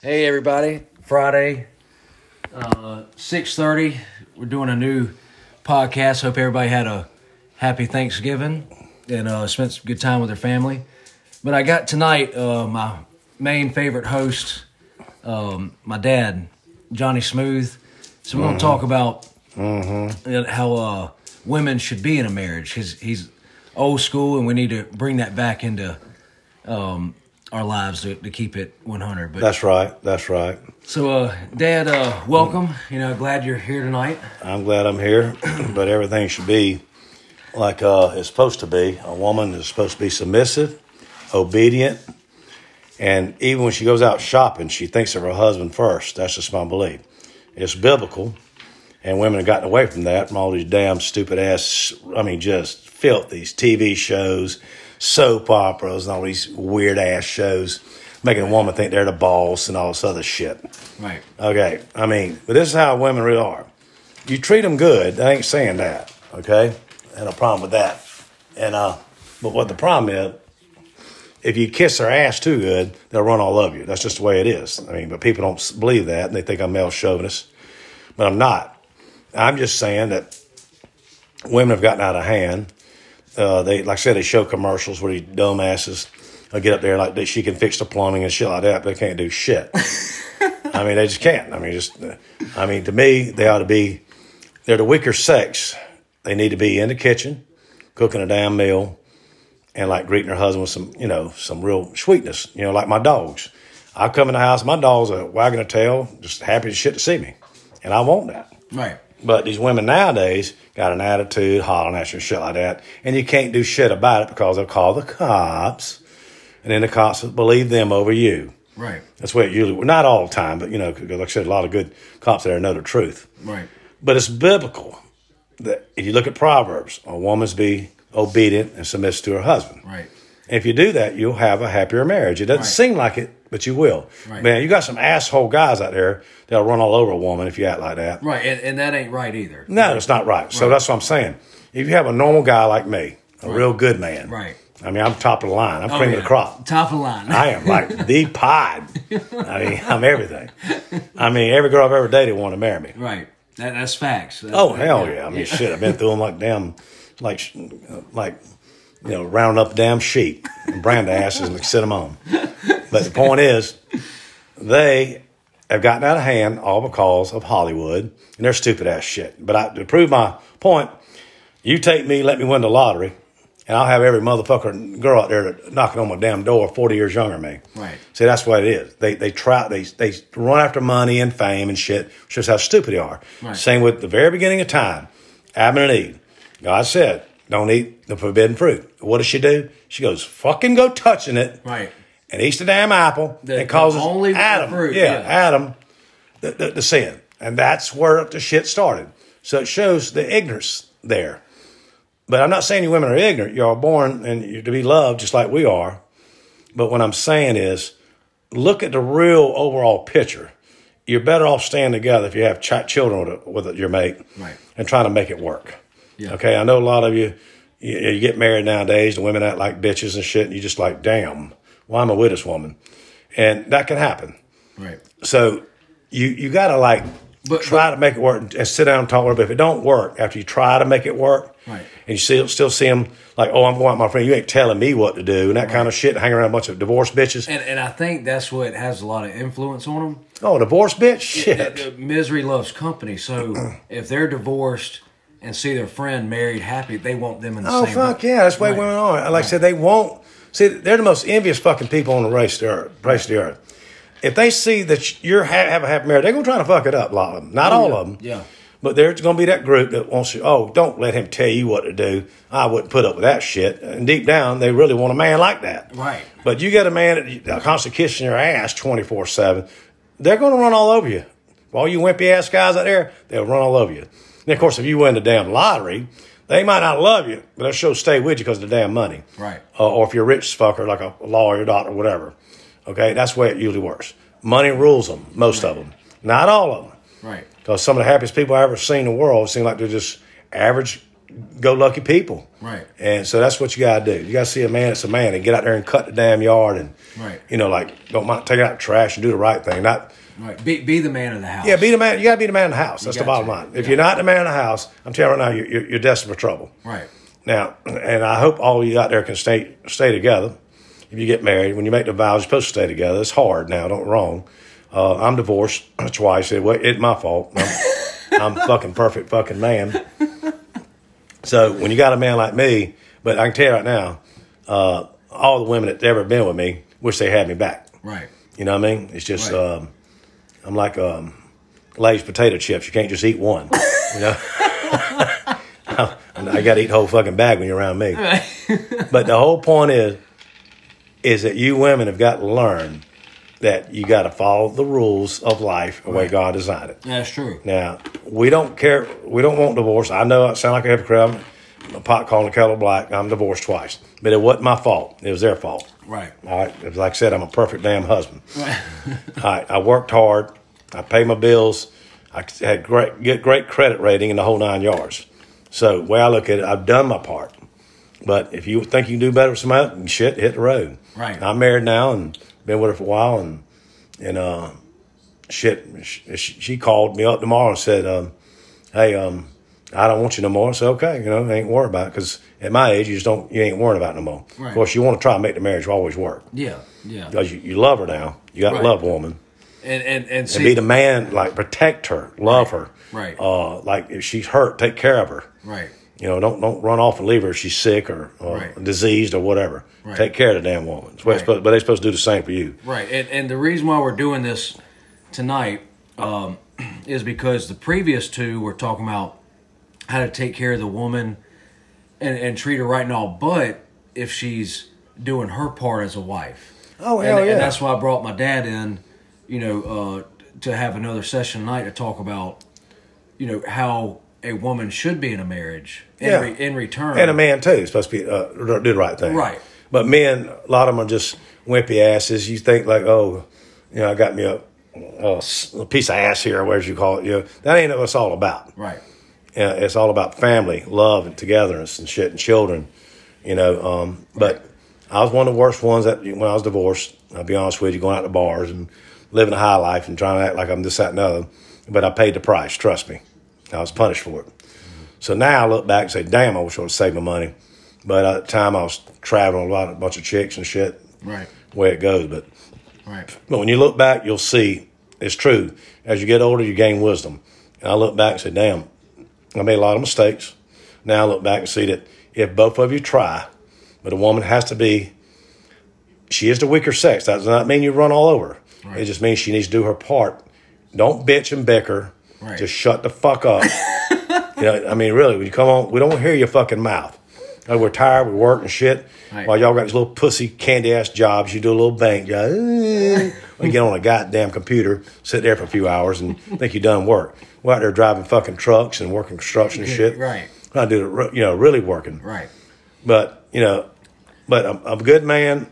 Hey everybody! Friday, uh, six thirty. We're doing a new podcast. Hope everybody had a happy Thanksgiving and uh, spent some good time with their family. But I got tonight uh, my main favorite host, um, my dad, Johnny Smooth. So we're gonna talk about uh, how uh, women should be in a marriage. He's he's old school, and we need to bring that back into um, our lives to, to keep it one hundred. But That's right. That's right. so, uh, Dad, uh, welcome. You know, glad you're here tonight. I'm glad I'm here, but everything should be like uh, it's supposed to be. A woman is supposed to be submissive, obedient, and even when she goes out shopping, she thinks of her husband first. That's just my belief. It's biblical, and women have gotten away from that from all these damn stupid ass, I mean, just filth, these TV shows, soap operas, and all these weird ass shows, making a woman think they're the boss and all this other shit. Right. Okay, I mean, but this is how women really are. You treat them good. I ain't saying that. Okay, I had a problem with that. And uh, but what the problem is, if you kiss their ass too good, they'll run all over you. That's just the way it is. I mean, but people don't s- believe that, and they think I'm male chauvinist, but I'm not. I'm just saying that women have gotten out of hand. Uh, they like I said, they show commercials where these dumbasses will get up there like that. She can fix the plumbing and shit like that, but they can't do shit. I mean, they just can't. I mean, just, uh, I mean, to me, they ought to be, they're the weaker sex. They need to be in the kitchen, cooking a damn meal, and like greeting her husband with some, you know, some real sweetness, you know, like my dogs. I come in the house, my dog's are wagging a tail, just happy as shit to see me. And I want that. Right. But these women nowadays got an attitude, hollering at you and shit like that, and you can't do shit about it because they'll call the cops, and then the cops will believe them over you. Right. That's where it usually, well, not all the time, but you know, 'cause like I said, a lot of good cops there know the truth. Right. But it's biblical that if you look at Proverbs, a woman's be obedient and submissive to her husband. Right. And if you do that, you'll have a happier marriage. It doesn't seem like it, but you will. Right. Man, you got some asshole guys out there that'll run all over a woman if you act like that. Right. And, and that ain't right either. No, it's not right. So that's what I'm saying. If you have a normal guy like me, a real good man, Right. Oh, I mean, I'm top of the line. I'm cream of yeah. the crop. Top of the line. I am like the pod. I mean, I'm everything. I mean, every girl I've ever dated wanted to marry me. right. That, that's facts. That- Oh hell yeah! I mean, shit, I've been through them like damn, like, sh- like, you know, round up damn sheep and brand the asses and sit them on. But the point is, they have gotten out of hand all because of Hollywood and their stupid ass shit. But I, to prove my point, you take me, let me win the lottery, and I'll have every motherfucker girl out there knocking on my damn door, forty years younger than me. Right. See, that's what it is. They they try they they run after money and fame and shit. Shows how stupid they are. Right. Same with the very beginning of time, Adam and Eve. God said, "Don't eat the forbidden fruit." What does she do? She goes, "Fucking go touching it." Right. and eats the damn apple The- and causes the only Adam, fruit, yeah, yeah. Adam, the, the, the sin, and that's where the shit started. So it shows the ignorance there. But I'm not saying you women are ignorant. You are born and you're to be loved just like we are. But what I'm saying is, look at the real overall picture. You're better off staying together if you have ch- children with, with your mate Right. and trying to make it work. Yeah. Okay, I know a lot of you, you, you get married nowadays, the women act like bitches and shit, and you just like, damn, why am I with this woman? And that can happen. Right. So you you gotta like But- try to make it work and sit down and talk with her. But if it don't work, after you try to make it work, Right. and you still still see them like, oh, I'm going out with my friend. You ain't telling me what to do and that kind of shit. Hang around a bunch of divorced bitches. And and I think that's what has a lot of influence on them. oh, divorce bitch, shit. Uh, Misery loves company. So if they're divorced and see their friend married happy, they want them in the Oh same. fuck yeah, that's the way Right. women are. Like I said, they won't see. They're the most envious fucking people on the race of the earth. Race of the earth. If they see that you're ha- have a happy marriage, they're gonna try to fuck it up. A lot of them, not all Oh, yeah. of them. Yeah. But there's gonna be that group that wants you. Oh, don't let him tell you what to do. I wouldn't put up with that shit. And deep down, they really want a man like that. Right. But you got a man that constantly kissing your ass twenty four seven. They're gonna run all over you. All you wimpy ass guys out there, they'll run all over you. And of course, if you win the damn lottery, they might not love you, but they'll sure stay with you because of the damn money. Right. Uh, or if you're a rich fucker, like a lawyer, doctor, whatever. Okay, that's the way it usually works. Money rules them, most of 'em. of them. Not all of them. Right. Because some of the happiest people I've ever seen in the world seem like they're just average go lucky people. Right. And so that's what you gotta do. You gotta see a man that's a man and get out there and cut the damn yard and Right. you know, like don't mind taking out trash and do the right thing. Not Right. Be, be the man of the house. yeah, be the man. You gotta be the man in the house. That's the got bottom to. line. If you're not the man in the house, I'm telling you right now, you're, you're, you're destined for trouble. Right. Now, and I hope all you out there can stay stay together. If you get married, when you make the vows, you're supposed to stay together. It's hard now. Don't get me wrong. Uh, I'm divorced twice. It was it's my fault. I'm, I'm fucking perfect fucking man. So when you got a man like me, but I can tell you right now, uh, all the women that ever been with me wish they had me back. Right. You know what I mean? It's just Right. um, I'm like um, Lay's potato chips. You can't just eat one. You know, I got to eat whole fucking bag when you're around me. but the whole point is, is that you women have got to learn that you got to follow the rules of life the way God designed it. That's true. Now we don't care. We don't want divorce. I know I sound like a hypocrite. I'm a pot calling the kettle black. I'm divorced twice, but it wasn't my fault. It was their fault. Right. All right. Like I said, I'm a perfect damn husband. I, I worked hard. I pay my bills. I had great get great credit rating in the whole nine yards. So the way I look at it, I've done my part. But if you think you can do better with somebody, else, shit, hit the road. Right. I'm married now and been with her for a while, and and uh, shit, she, she called me up tomorrow and said, um, "Hey, um, I don't want you no more." I said, "Okay, you know, ain't worried about it because at my age, you just don't, you ain't worried about it no more." Right. Of course, you want to try and make the marriage always work Yeah. Yeah. because you, you love her now. You got to Right. love a woman And and and and be see. the man, like protect her, love her. Right. Uh, like if she's hurt, take care of her. right. You know, don't don't run off and leave her if she's sick or uh, Right. diseased or whatever. Right. Take care of the damn woman. It's what it's Right. supposed- but they're supposed to do the same for you. Right, and, and the reason why we're doing this tonight um, is because the previous two were talking about how to take care of the woman and, and treat her right and all, but if she's doing her part as a wife. Oh, and, hell yeah. And that's why I brought my dad in, you know, uh, to have another session tonight to talk about, you know, how a woman should be in a marriage in, Yeah. re- in return. And a man too is supposed to be uh, do the right thing. Right. But men, a lot of them are just wimpy asses. You think like, oh, you know, I got me a, a s- a piece of ass here, or whatever you call it. You know, that ain't what it's all about. Right, Yeah, uh, it's all about family, love, and togetherness and shit and children, you know. Um, but I was one of the worst ones that when I was divorced. I'll be honest with you, going out to bars and living a high life and trying to act like I'm this, that, and the other. But I paid the price. Trust me, I was punished for it. So now I look back and say, "Damn, I wish I would have saved my money." But at the time, I was traveling a lot, a bunch of chicks and shit. right, Way it goes, but right, but when you look back, you'll see it's true. As you get older, you gain wisdom. And I look back and say, damn, I made a lot of mistakes. Now I look back and see that if both of you try, but a woman has to be, she is the weaker sex. That does not mean you run all over. It just means she needs to do her part. Don't bitch and bicker. Right. Just shut the fuck up. you know, I mean, really, when you come on, we don't hear your fucking mouth. Like, we're tired, we work and shit. Right. While y'all got these little pussy candy ass jobs, you do a little bank job. eh. We get on a goddamn computer, sit there for a few hours, and think you done work. We're out there driving fucking trucks and working construction and shit. right. I do the, re- you know, really working. right, But you know, but a, a good man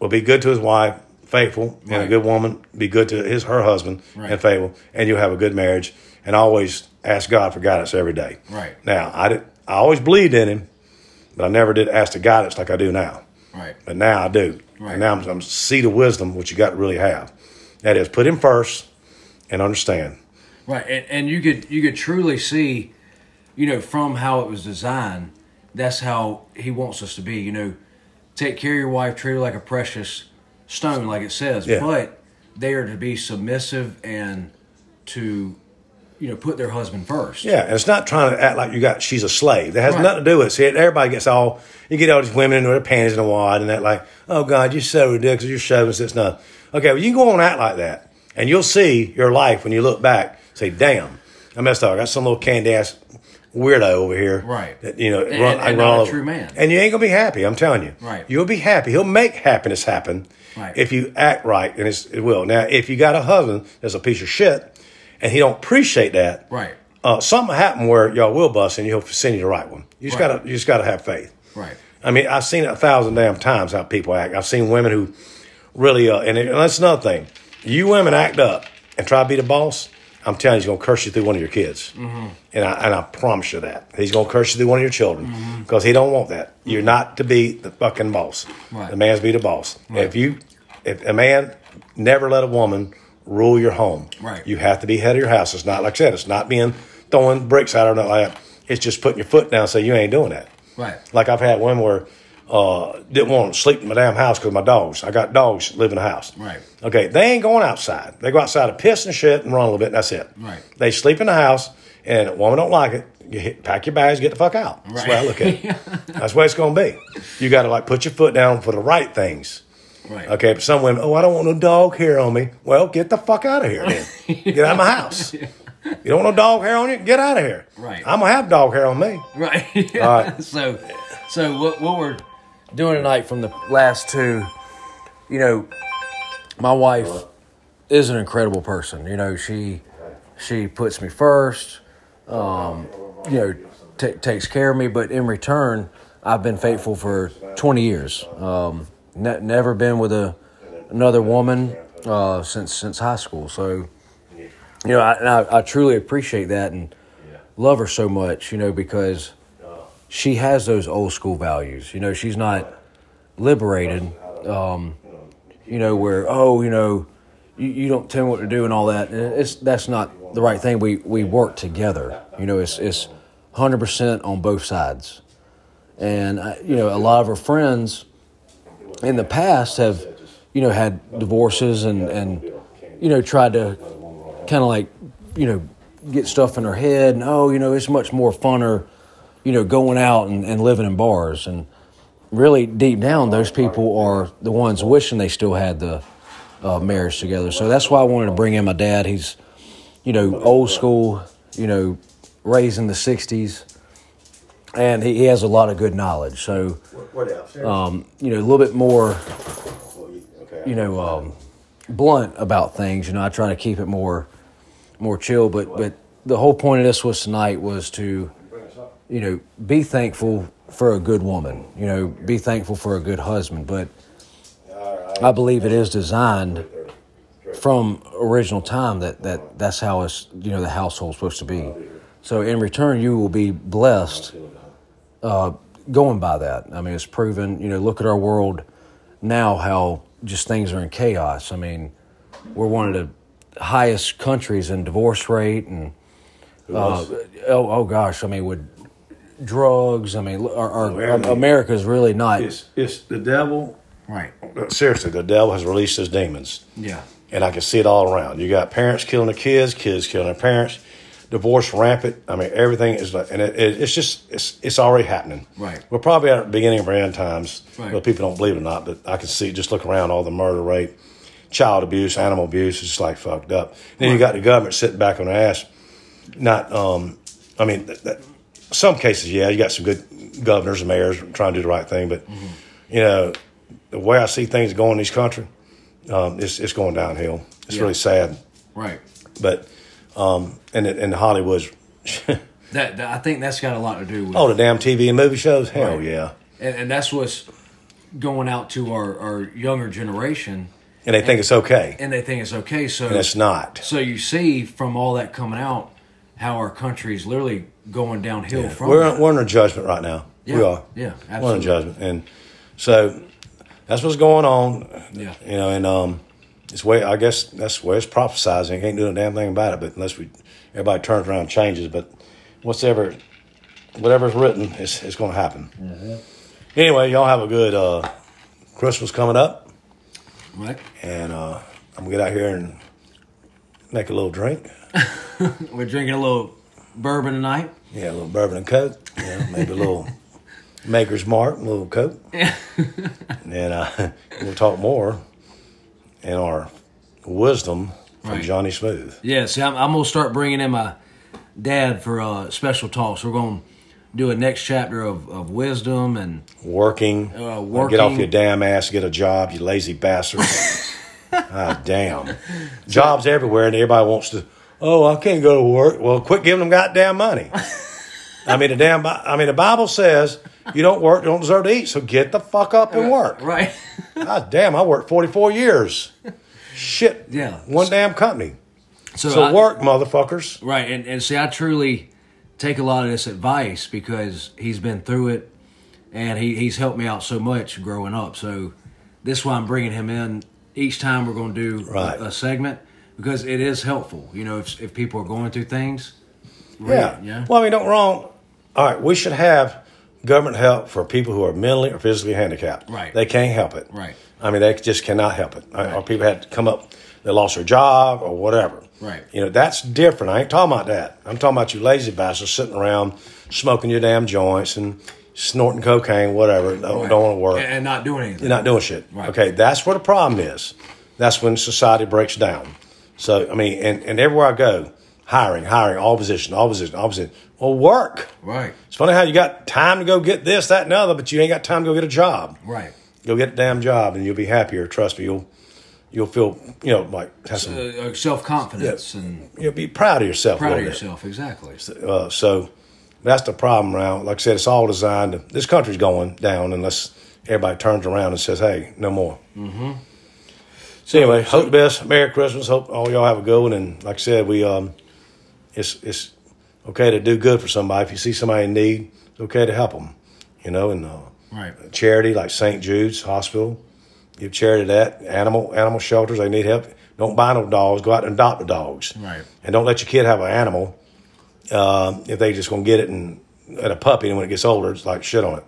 will be good to his wife, faithful, and a Right. good woman be good to his her husband Right. and faithful, and you'll have a good marriage. And always ask God for guidance every day. Right. now, I did, I always believed in Him, but I never did ask the guidance like I do now. right, But now I do. Right. And now I'm, I'm see the wisdom which you got to really have. That is, put Him first and understand. Right, and, and you could you could truly see, you know, from how it was designed, that's how he wants us to be. You know, take care of your wife, treat her like a precious stone, like it says. Yeah. But they are to be submissive and to, you know, put their husband first. Yeah, and it's not trying to act like you got she's a slave. That has Right. nothing to do with it. See, everybody gets all you get all these women with their panties in a wad and that like, oh God, you're so ridiculous, you're shoving this nothing. Okay, well you go on and act like that, and you'll see your life when you look back. Say, damn, I messed up. I got some little candy ass weirdo over here, Right. That you know, And- run, and- I and run not a all over. true man. And you ain't gonna be happy. I'm telling you, Right. You'll be happy. He'll make happiness happen Right. if you act right, and it's, it will. Now, if you got a husband that's a piece of shit, and he don't appreciate that, Right. uh, something happen where y'all will bust and you'll send you the right one. You just Right. gotta you just gotta have faith. Right. I mean, I've seen it a thousand damn times how people act. I've seen women who really uh, and, it, and that's another thing. You women act up and try to be the boss. I'm telling you, he's gonna curse you through one of your kids, Mm-hmm. and I and I promise you that he's gonna curse you through one of your Mm-hmm. children because he don't want that. You're not to be the fucking boss. Right. The man's be the boss. If you, if a man never let a woman rule your home, Right. You have to be head of your house. It's not like I said. It's not being throwing bricks out or nothing like that. It's just putting your foot down and say you ain't doing that. Right. Like I've had women where uh, didn't want to sleep in my damn house because my dogs. I got dogs that live in the house. Right. Okay, they ain't going outside. They go outside to piss and shit and run a little bit, and that's it. Right. They sleep in the house, and if a woman don't like it. You hit, pack your bags, get the fuck out. That's the way I Right. look at it. That's the way it's gonna be. You got to like put your foot down for the right things. Right. Okay, but some women, oh, I don't want no dog hair on me. Well, get the fuck out of here then. Get out of my house. You don't want no dog hair on you? Get out of here. Right. I'm gonna have dog hair on me. Right. All right. So, so what what we're doing tonight from the last two, you know, my wife is an incredible person. You know, she she puts me first. Um, you know, ta takes care of me, but in return, I've been faithful for 20 years. Um, ne- never been with a another woman uh, since since high school. So, you know, I, and I, I truly appreciate that and love her so much, you know, because she has those old school values. You know, she's not liberated. Um, you know, where oh, you know, you, you don't tell me what to do and all that. And It's that's not the right thing. We we work together. You know, it's it's hundred percent on both sides. And I, you know, a lot of her friends in the past have, you know, had divorces and and you know tried to kind of like you know get stuff in her head and oh you know it's much more funner you know going out and, and living in bars and really deep down those people are the ones wishing they still had the uh, marriage together so that's why i wanted to bring in my dad he's you know old school you know raised in the 60s and he, he has a lot of good knowledge so What else? um, you know a little bit more okay. you know um, blunt about things. You know, I try to keep it more more chill. But but the whole point of this was tonight was to you know be thankful for a good woman. You know, be thankful for a good husband. But I believe it is designed from original time that, that that's how it's you know the household's supposed to be. So in return, you will be blessed uh, going by that. I mean, it's proven. You know, look at our world now, how just things are in chaos. I mean, we're one of the highest countries in divorce rate, and uh, oh, oh gosh, I mean, with drugs. I mean, our, our, our America. America's really not It's, it's the devil. uh, right. Seriously, the devil has released his demons. Yeah, And I can see it all around. You got parents killing their kids, kids killing their parents, divorce rampant. I mean, everything is like, and it, it, it's just, it's, it's already happening. Right. We're probably at the beginning of our end times, Right. but people don't believe it or not. But I can see, just look around, all the murder rate, child abuse, animal abuse, it's just like fucked up. Then you got the government sitting back on their ass, not, um, I mean, th- th- some cases, yeah, you got some good governors and mayors trying to do the right thing, but Mm-hmm. you know, the way I see things going in this country, um, it's it's going downhill. It's Yeah. really sad, right. but um, and it, and Hollywood's That, that I think that's got a lot to do with. oh the damn TV and movie shows, hell Right. yeah, and, and that's what's going out to our, our younger generation, and they think it's okay, and and they think it's okay. So it's not. So you see from all that coming out how our country's literally going downhill from We're that. we're under judgment right now. Yeah. We are. Yeah, we're under absolutely. judgment, and so that's what's going on. Yeah. you know, and um, it's way I guess that's where it's prophesizing. You can't do a damn thing about it, but unless we everybody turns around and changes, but what's ever whatever's written, it's it's going to happen. Mm-hmm. Anyway, y'all have a good uh, Christmas coming up, Right? and uh, I'm gonna get out here and make a little drink. We're drinking a little bourbon tonight. Yeah, a little bourbon and coke. You know, maybe a little Maker's Mark, a little coke. and then uh, we'll talk more in our wisdom from Right. Johnny Smooth. Yeah, see, I'm, I'm gonna start bringing in my dad for uh, special talks. We're gonna do a next chapter of, of wisdom and Working. Uh, Get off working. your damn ass, get a job, you lazy bastard. ah, damn. Jobs everywhere, and everybody wants to, oh, I can't go to work. Well, quit giving them goddamn money. I mean, the damn, Bi- I mean, the Bible says you don't work, you don't deserve to eat, so get the fuck up Uh, and work. right. God damn, I worked 44 years. Shit. Yeah. One damn company. So, So I- work, motherfuckers. Right, and, and see, I truly take a lot of this advice because he's been through it, and he, he's helped me out so much growing up. So this is why I'm bringing him in each time we're going to do a- Right. a, segment because it is helpful. You know, if, if people are going through things, Yeah. yeah. Well, I mean, don't wrong. All right, we should have government help for people who are mentally or physically handicapped. Right. They can't help it. Right. I mean, they just cannot help it. Or- Or Right. people had to come up, they lost their job or whatever. Right. You know, that's different. I ain't talking about that. I'm talking about you lazy bastards sitting around smoking your damn joints and snorting cocaine, whatever. Don't, don't want to work. and, and not doing anything. You're not doing shit. Right. Okay, that's where the problem is. That's when society breaks down. So I mean, and, and everywhere I go, hiring, hiring, all position, all position, all position. Well, work. Right, It's funny how you got time to go get this, that, and the other, but you ain't got time to go get a job. right. Go get a damn job, and you'll be happier. Trust me, you'll you'll feel you know like have some, Uh, self confidence and you'll be proud of yourself. a proud of little bit. yourself. Exactly. Uh, so that's the problem around. Like I said, it's all designed. To, this country's going down unless everybody turns around and says, "Hey, no more." Mm-hmm. So anyway, hope the best. Merry Christmas. Hope all y'all have a good one. And like I said, we um, it's it's okay to do good for somebody. If you see somebody in need, it's okay to help them. You know, and uh, Right. charity like St. Jude's Hospital, give charity to that. Animal animal shelters, they need help. Don't buy no dogs. Go out and adopt the dogs. Right. And don't let your kid have an animal um, if they just gonna get it and at a puppy, and when it gets older, it's like shit on it.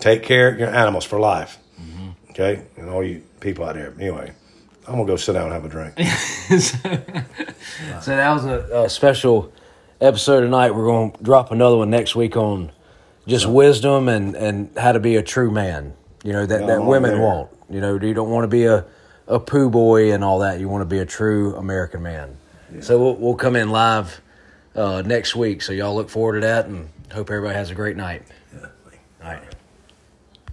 Take care of your animals for life, okay? And all you people out there, anyway. I'm gonna go sit down and have a drink. so, so that was a, a special episode tonight. We're going to drop another one next week on just wisdom and, and how to be a true man. You know that, that I'm women there. want. You know you don't want to be a a poo boy and all that. You want to be a true American man. So we'll, we'll come in live uh, next week. So y'all look forward to that and hope everybody has a great night. All right.